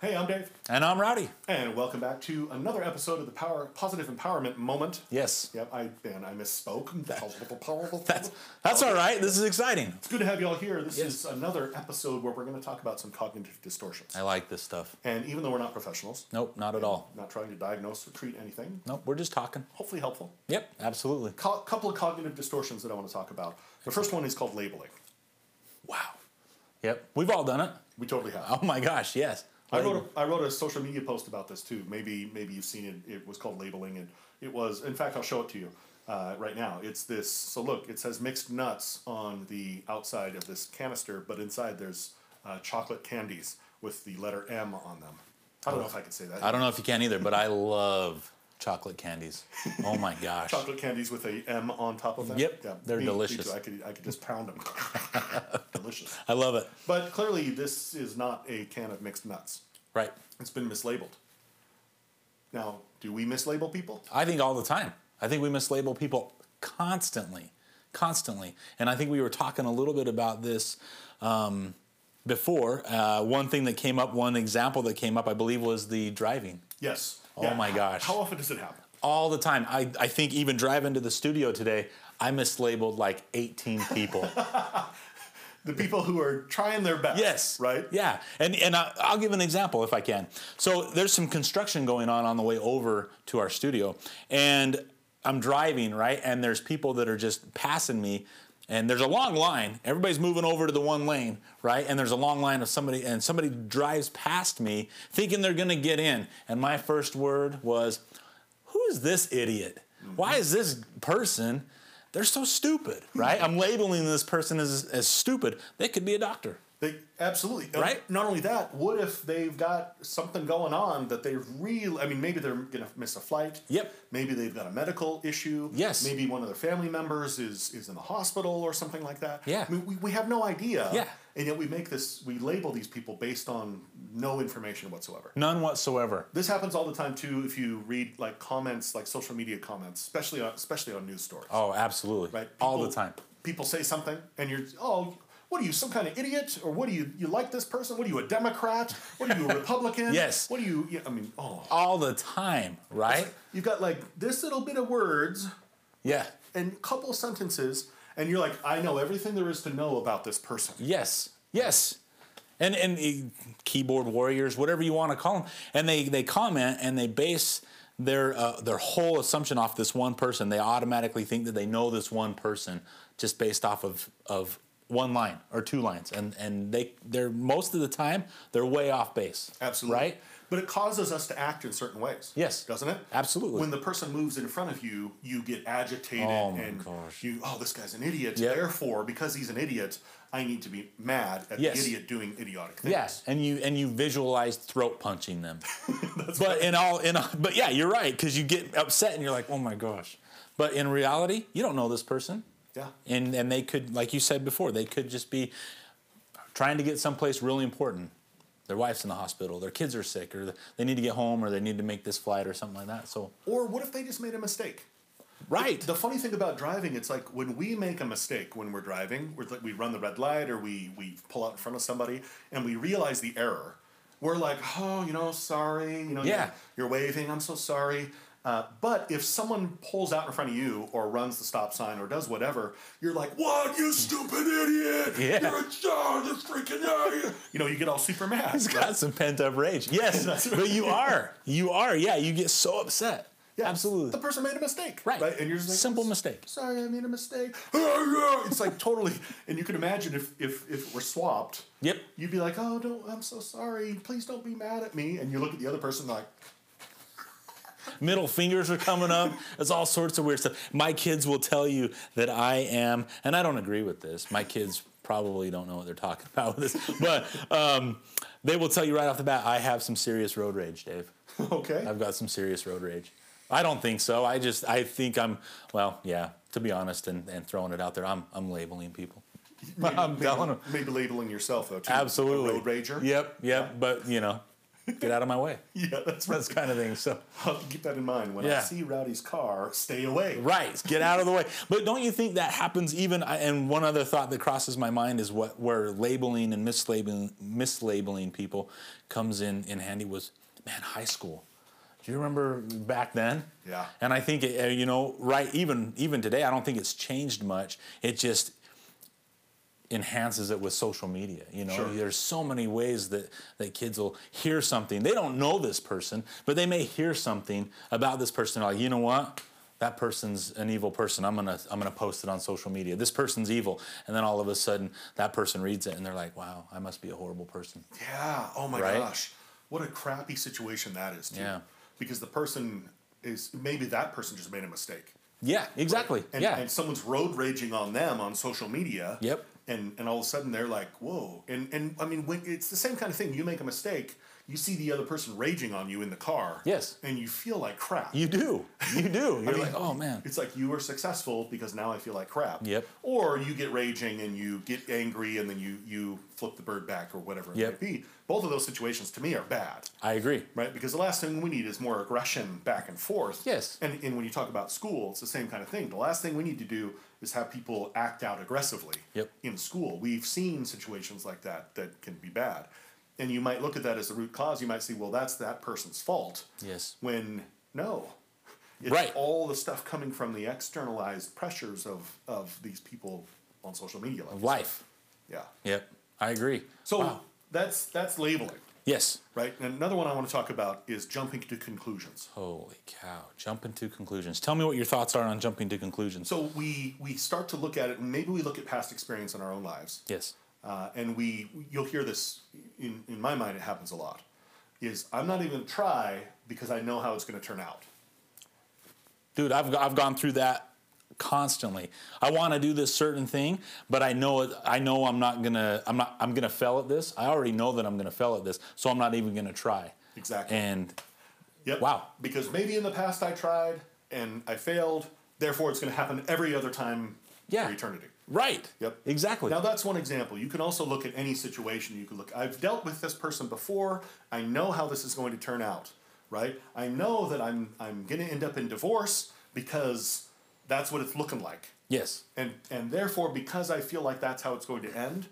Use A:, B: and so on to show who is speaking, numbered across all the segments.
A: Hey, I'm Dave,
B: And I'm Rowdy.
A: and welcome back to another episode of the Power Positive Empowerment Moment.
B: Yes.
A: Yep, I man, I misspoke.
B: That's that's all right. This is exciting.
A: It's good to have y'all here. This
B: Yes.
A: is another episode where we're going to talk about some cognitive distortions.
B: I like this stuff.
A: And even though we're not professionals,
B: Nope, not at all.
A: not trying to diagnose or treat anything,
B: Nope, we're just talking.
A: hopefully helpful.
B: Yep, absolutely.
A: Co- couple of cognitive distortions that I want to talk about. The first one is called labeling.
B: Wow. Yep, we've all done it.
A: We totally have.
B: Oh my gosh, yes.
A: I wrote, a, I wrote a social media post about this too. Maybe maybe you've seen it. It was called labeling, and it was. In fact, I'll show it to you uh, right now. It's this. So look, it says mixed nuts on the outside of this canister, but inside there's uh, chocolate candies with the letter M on them. I don't know if I can say that.
B: I don't know if you can either, but I love chocolate candies. Oh my gosh.
A: chocolate candies with a M on top of them.
B: Yep, they're
A: me- me
B: delicious.
A: too. I could I could just pound them. delicious.
B: I love it.
A: But clearly, this is not a can of mixed nuts.
B: Right.
A: It's been mislabeled. Now, do we mislabel people?
B: I think all the time. I think we mislabel people constantly, constantly. And I think we were talking a little bit about this um, before. Uh, one thing that came up, one example that came up, I believe, was the driving.
A: Yes.
B: Oh my gosh.
A: How often does it happen?
B: All the time. I, I think even driving to the studio today, I mislabeled like 18 people.
A: The people who are trying their best.
B: Yes.
A: Right?
B: Yeah. And and I, I'll give an example if I can. So there's some construction going on on the way over to our studio, and I'm driving right, and there's people that are just passing me. And there's a long line. Everybody's moving over to the one lane, right? And there's a long line of somebody, and somebody drives past me thinking they're gonna get in. And my first word was, who is this idiot? Why is this person? They're so stupid, right? I'm labeling this person as, as stupid. They could be a doctor.
A: They absolutely And
B: Right?
A: Not only that, what if they've got something going on that they really I mean, maybe they're gonna miss a flight.
B: Yep.
A: Maybe they've got a medical issue.
B: Yes.
A: Maybe one of their family members is is in the hospital or something like that.
B: Yeah.
A: I mean, we, we have no idea.
B: Yeah.
A: And yet we make this we label these people based on no information whatsoever.
B: None whatsoever.
A: This happens all the time too if you read like comments, like social media comments, especially on especially on news stories.
B: Oh, absolutely.
A: right?
B: All the
A: People-
B: time.
A: People say something, and you're, oh, what are you, some kind of idiot? Or what do you, you like this person? What are you, a Democrat? What are you, a Republican?
B: Yes.
A: What are you, yeah, I mean, oh.
B: All the time, right?
A: You've got like this little bit of words
B: Yeah.
A: and couple sentences, and you're like, I know everything there is to know about this person.
B: Yes. Yes. And and eh, keyboard warriors, whatever you want to call them, and they they comment and they base their uh, their whole assumption off this one person. They automatically think that they know this one person just based off of of one line or two lines, and and they they're most of the time they're way off base. Right.
A: But it causes us to act in certain ways.
B: Yes.
A: Doesn't it?
B: Absolutely.
A: When the person moves in front of you, you get agitated
B: Oh my
A: and
B: gosh.
A: you, oh, this guy's an idiot.
B: Yep.
A: Therefore, because he's an idiot, I need to be mad at
B: Yes.
A: the idiot doing idiotic things.
B: Yes, and you and you visualize throat punching them. but in all in all, but yeah, you're right because you get upset and you're like, oh my gosh. But in reality, you don't know this person,
A: Yeah.
B: and and they could, like you said before, they could just be trying to get someplace really important. Their wife's in the hospital, their kids are sick, or they need to get home, or they need to make this flight or something like that. So
A: Or what if they just made a mistake?
B: right,
A: The funny thing about driving, it's like when we make a mistake when we're driving, we're like we run the red light or we we pull out in front of somebody and we realize the error. We're like, oh, you know, sorry, you know,
B: Yeah.
A: you're, you're waving, I'm so sorry. Uh, but if someone pulls out in front of you or runs the stop sign or does whatever, you're like, what, you stupid idiot!
B: Yeah.
A: You're a child, you freaking idiot! You know, you get all super mad.
B: it's
A: right?
B: got some pent up rage. Yes,
A: That's right.
B: but you are, you are, yeah, you get so upset.
A: Yeah,
B: Absolutely,
A: The person made a mistake.
B: right.
A: And you're just like,
B: simple mistake.
A: sorry, I made a mistake. It's like totally, and you can imagine if if if it were swapped,
B: Yep.
A: you'd be like, oh, don't, I'm so sorry. Please don't be mad at me. And you look at the other person like,
B: middle fingers are coming up. It's all sorts of weird stuff. My kids will tell you that I am, and I don't agree with this. My kids probably don't know what they're talking about with this, but um, they will tell you right off the bat, I have some serious road rage, Dave.
A: okay,
B: I've got some serious road rage. I don't think so. I just I think I'm well, yeah. To be honest, and, and throwing it out there, I'm I'm labeling people. I'm telling 'em.
A: maybe labeling yourself though. Too,
B: Absolutely.
A: a road rager.
B: Yep, yep. But you know, get out of my way.
A: yeah, that's right.
B: That's kind of thing. So
A: I'll keep that in mind when I
B: Yeah.
A: see Rowdy's car. Stay away.
B: right, get out of the way. But don't you think that happens even? I- And one other thought that crosses my mind is what where labeling and mislabeling mislabeling people comes in in handy was man high school. Do you remember back then?
A: Yeah.
B: And I think it, uh, you know right even even today I don't think it's changed much. It just enhances it with social media you know
A: Sure.
B: there's so many ways that that kids will hear something they don't know this person but they may hear something about this person like you know what that person's an evil person i'm gonna i'm gonna post it on social media this person's evil and then all of a sudden that person reads it and they're like wow i must be a horrible person
A: Yeah. Oh my
B: Right?
A: gosh. What a crappy situation that is, too.
B: Yeah.
A: Because the person is maybe that person just made a mistake.
B: yeah exactly
A: And,
B: yeah
A: and someone's road raging on them on social media.
B: Yep.
A: And and all of a sudden they're like, whoa. And and I mean, when it's the same kind of thing. You make a mistake, you see the other person raging on you in the car.
B: Yes.
A: And you feel like crap.
B: you do you do you're
A: I mean,
B: like oh man
A: It's like you were successful because now I feel like crap.
B: Yep.
A: Or you get raging and you get angry and then you you flip the bird back or whatever it
B: Yep.
A: may be. Both of those situations to me are bad
B: i agree
A: right? Because the last thing we need is more aggression back and forth.
B: Yes.
A: And, and when you talk about school, it's the same kind of thing. The last thing we need to do is have people act out aggressively
B: Yep.
A: in school. We've seen situations like that that can be bad. And you might look at that as the root cause. You might say, well, that's that person's fault.
B: Yes.
A: When, no. It's
B: Right.
A: all the stuff coming from the externalized pressures of, of these people on social media. Like you
B: life
A: said. Yeah.
B: yep i agree
A: So
B: Wow.
A: that's that's labeling,
B: yes
A: right? And another one I want to talk about is jumping to conclusions.
B: Holy cow. Jumping to conclusions. Tell me what your thoughts are on jumping to conclusions.
A: So we we start to look at it, and maybe we look at past experience in our own lives,
B: yes.
A: uh, and we you'll hear this in in my mind. It happens a lot. Is I'm not even gonna try because I know how it's going to turn out.
B: Dude, I've, I've gone through that constantly. I want to do this certain thing, but I know it- I know I'm not going to I'm not I'm going to fail at this. I already know that I'm going to fail at this, so I'm not even going to try.
A: Exactly.
B: And
A: Yep.
B: Wow.
A: Because maybe in the past I tried and I failed. Therefore, it's going to happen every other time
B: Yeah.
A: for eternity.
B: right.
A: Yep.
B: Exactly.
A: Now that's one example. You can also look at any situation. You could look. I've dealt with this person before. I know how this is going to turn out, right? I know that I'm I'm going to end up in divorce because that's what it's looking like,
B: yes.
A: and and therefore because I feel like that's how it's going to end,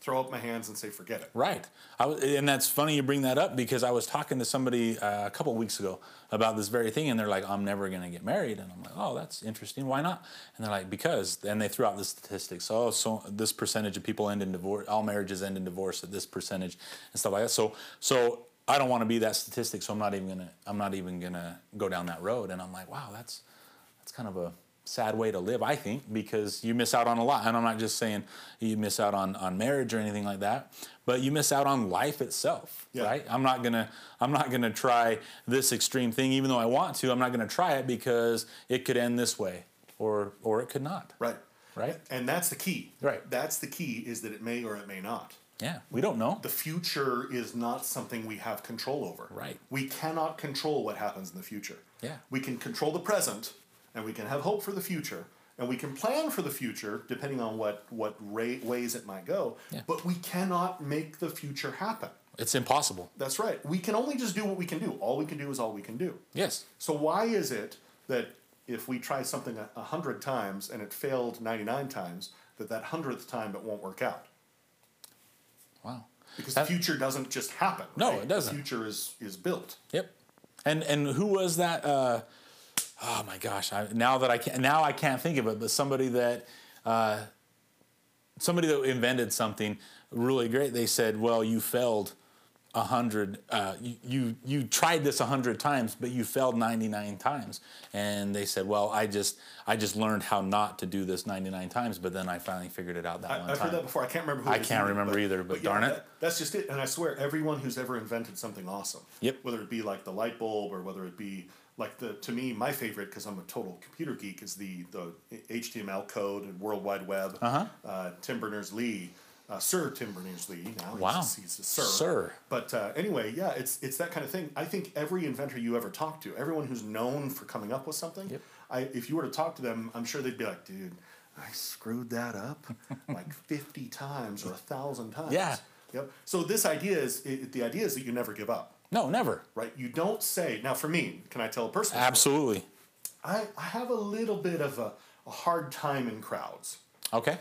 A: throw up my hands and say forget it.
B: Right. I was, and that's funny you bring that up because I was talking to somebody uh, a couple weeks ago about this very thing, and they're like, I'm never going to get married. And I'm like, oh, that's interesting. Why not? And they're like, because, and they threw out the statistics. Oh, so this percentage of people end in divorce, all marriages end in divorce at this percentage and stuff like that. So, so I don't want to be that statistic. So I'm not even going to, I'm not even going to go down that road. And I'm like, wow, that's, that's kind of a sad way to live, I think, because you miss out on a lot. And I'm not just saying you miss out on, on marriage or anything like that, but you miss out on life itself.
A: Yeah.
B: Right? I'm not gonna I'm not gonna try this extreme thing, even though I want to, I'm not gonna try it because it could end this way or or it could not.
A: Right.
B: Right?
A: And that's the key.
B: Right.
A: That's the key is that it may or it may not.
B: Yeah. We don't know.
A: the future is not something we have control over.
B: Right.
A: We cannot control what happens in the future.
B: Yeah.
A: We can control the present and we can have hope for the future and we can plan for the future depending on what what ra- ways it might go,
B: Yeah.
A: but we cannot make the future happen.
B: It's impossible.
A: That's right. We can only just do what we can do. All we can do is all we can do.
B: Yes.
A: So why is it that if we try something a a hundred times and it failed ninety nine times, that that hundredth time it won't work out?
B: Wow.
A: Because the
B: That-
A: future doesn't just happen.
B: No,
A: right?
B: it doesn't.
A: The future is is built.
B: Yep. And and who was that? Uh, oh my gosh! I, now that I can now I can't think of it, but somebody that uh, somebody that invented something really great. They said, "Well, you failed a hundred. Uh, you, you you tried this a hundred times, but you failed ninety nine times." And they said, "Well, I just I just learned how not to do this ninety nine times, but then I finally figured it out that
A: I,
B: one
A: I've
B: time."
A: heard that before. I can't remember. Who
B: I
A: it is
B: can't remember either, but darn it.
A: that- that's just it. And I swear, everyone who's ever invented something awesome,
B: Yep.
A: whether it be like the light bulb or whether it be like the to me my favorite because I'm a total computer geek is the the HTML code and World Wide Web. Uh-huh. Tim Berners Lee. Uh, Sir Tim Berners Lee. Now
B: Wow.
A: he's, he's a sir.
B: Sir.
A: But uh, anyway, yeah, it's it's that kind of thing. I think every inventor you ever talk to, everyone who's known for coming up with something,
B: Yep.
A: I, if you were to talk to them, I'm sure they'd be like, dude, I screwed that up like 50 times or a thousand times.
B: Yeah.
A: Yep. So this idea is it, the idea is that you never give up,
B: No, never.
A: right? You don't say now. For me, can I tell a person?
B: Absolutely.
A: I, I have a little bit of a, a hard time in crowds.
B: Okay.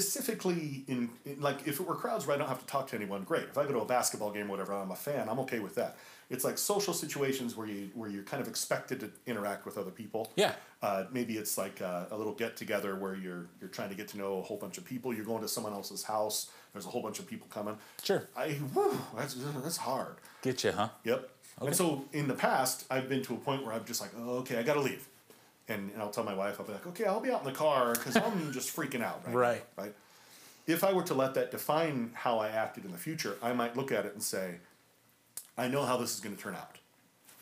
A: Specifically, in, in- like if it were crowds where I don't have to talk to anyone, great. If I go to a basketball game, or whatever, I'm a fan. I'm okay with that. It's like social situations where you where you're kind of expected to interact with other people.
B: Yeah.
A: Uh, maybe it's like uh, a, a little get together where you're you're trying to get to know a whole bunch of people. You're going to someone else's house. There's a whole bunch of people coming.
B: Sure.
A: I whew, that's that's hard.
B: Get you, huh?
A: Yep. And so in the past, I've been to a point where I'm just like, oh, okay, I gotta leave, and, and I'll tell my wife, I'll be like, okay, I'll be out in the car because I'm just freaking out. Right. now,"
B: Right.
A: Right. If I were to let that define how I acted in the future, I might look at it and say, I know how this is going to turn out.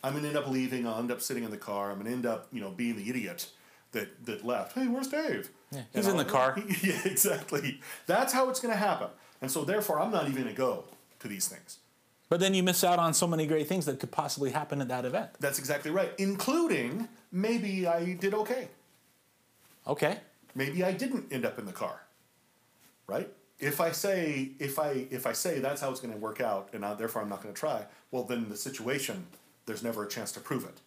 A: I'm going to end up leaving. I'll end up sitting in the car. I'm going to end up, you know, being the idiot that that left. Hey, where's Dave? Yeah,
B: he's in the car.
A: yeah, exactly. That's how it's going to happen. And so, therefore, I'm not even going to go to these things.
B: But then you miss out on so many great things that could possibly happen at that event.
A: That's exactly right. Including maybe I did okay.
B: Okay.
A: Maybe I didn't end up in the car. Right? If I say if I if I say that's how it's going to work out and I, therefore I'm not going to try, well then the situation there's never a chance to prove it.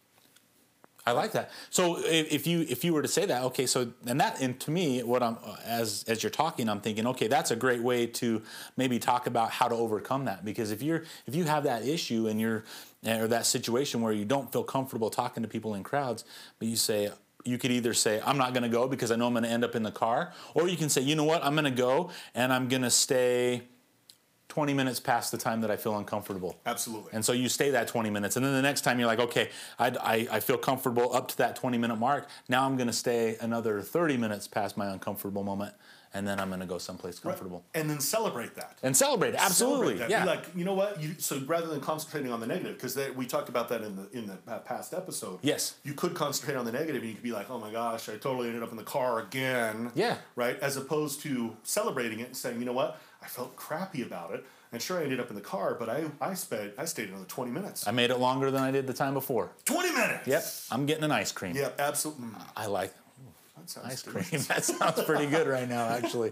B: I like that. So i- if you if you were to say that, okay, so and that and to me, what I'm uh, as as you're talking, I'm thinking, okay, that's a great way to maybe talk about how to overcome that because if you're if you have that issue and you're eh, or that situation where you don't feel comfortable talking to people in crowds, but you say you could either say I'm not going to go because I know I'm going to end up in the car, or you can say, you know what, I'm going to go and I'm going to stay 20 minutes past the time that I feel uncomfortable.
A: Absolutely.
B: And so you stay that 20 minutes. And then the next time you're like, okay, I, I, I feel comfortable up to that 20 minute mark. Now I'm going to stay another 30 minutes past my uncomfortable moment. And then I'm going to go someplace comfortable
A: And then celebrate that.
B: and celebrate. it. Absolutely.
A: Celebrate that.
B: yeah.
A: Be like, you know what? You, so rather than concentrating on the negative, because we talked about that in the in the uh, past episode.
B: Yes.
A: You could concentrate on the negative, and you could be like, "Oh my gosh, I totally ended up in the car again."
B: Yeah.
A: Right. As opposed to celebrating it and saying, "You know what? I felt crappy about it, and sure, I ended up in the car, but I I spent I stayed another twenty minutes.
B: I made it longer than I did the time before.
A: twenty minutes.
B: Yep. I'm getting an ice cream.
A: Yep. Absolutely.
B: I like
A: That sounds
B: ice
A: delicious.
B: cream. That sounds pretty good right now, actually.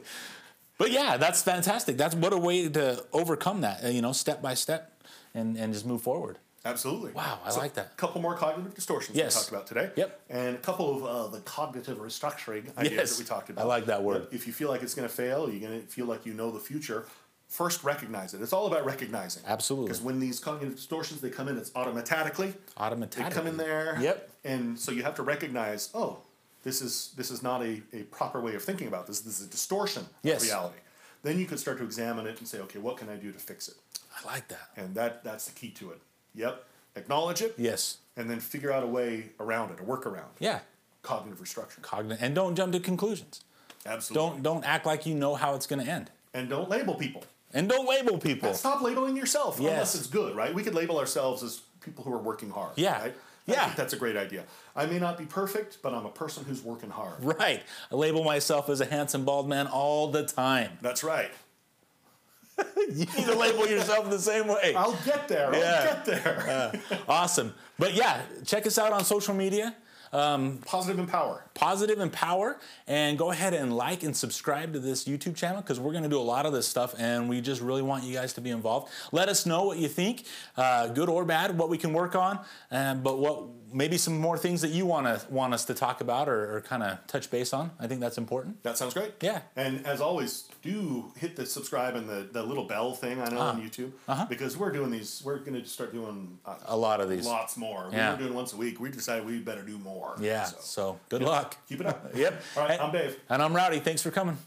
B: But yeah, that's fantastic. That's what a way to overcome that, uh, you know, step by step and, and just move forward.
A: Absolutely.
B: Wow, I like that.
A: A couple more cognitive distortions
B: Yes.
A: we talked about today.
B: Yep.
A: And a couple of uh, the cognitive restructuring ideas
B: Yes.
A: that we talked
B: I
A: about.
B: like that word.
A: Yep. If you feel like it's going to fail, you're going to feel like you know the future. First, recognize it. It's all about recognizing.
B: Absolutely.
A: Because when these cognitive distortions they come in, it's automatically. They
B: Automatically.
A: come in there.
B: Yep.
A: And so you have to recognize, oh, this is this is not a, a proper way of thinking about this. This is a distortion
B: Yes.
A: of reality. Then you can start to examine it and say, okay, what can I do to fix it?
B: I like that.
A: And that that's the key to it. Yep. Acknowledge it
B: Yes.
A: and then figure out a way around it, a workaround.
B: Yeah.
A: Cognitive restructuring.
B: Cognitive. And don't jump to conclusions.
A: Absolutely.
B: Don't don't act like you know how it's going to end.
A: and don't label people.
B: And don't label people.
A: Stop labeling yourself
B: Yes.
A: unless it's good, right? We could label ourselves as people who are working hard.
B: Yeah.
A: Right? I
B: Yeah.
A: think that's a great idea. I may not be perfect, but I'm a person who's working hard.
B: Right. I label myself as a handsome bald man all the time.
A: That's right.
B: You need to label yourself the same way.
A: I'll get there.
B: Yeah.
A: I'll get there.
B: Oh. Awesome. But yeah, check us out on social media.
A: Positive and power.
B: Positive and Power, and go ahead and like and subscribe to this YouTube channel because we're going to do a lot of this stuff, and we just really want you guys to be involved. Let us know what you think, uh, good or bad, what we can work on, um, but what maybe some more things that you want to want us to talk about or, or kind of touch base on. I think that's important.
A: That sounds great.
B: Yeah.
A: And as always, do hit the subscribe and the, the little bell thing I know
B: Uh-huh.
A: on YouTube because we're doing these. We're going to start doing uh,
B: A lot of these.
A: lots more.
B: Yeah.
A: We were doing once a week. We decided we better do more.
B: Yeah. So,
A: So
B: good luck.
A: keep it up.
B: Yep.
A: All right.
B: Hey,
A: I'm Dave.
B: and I'm Rowdy. Thanks for coming.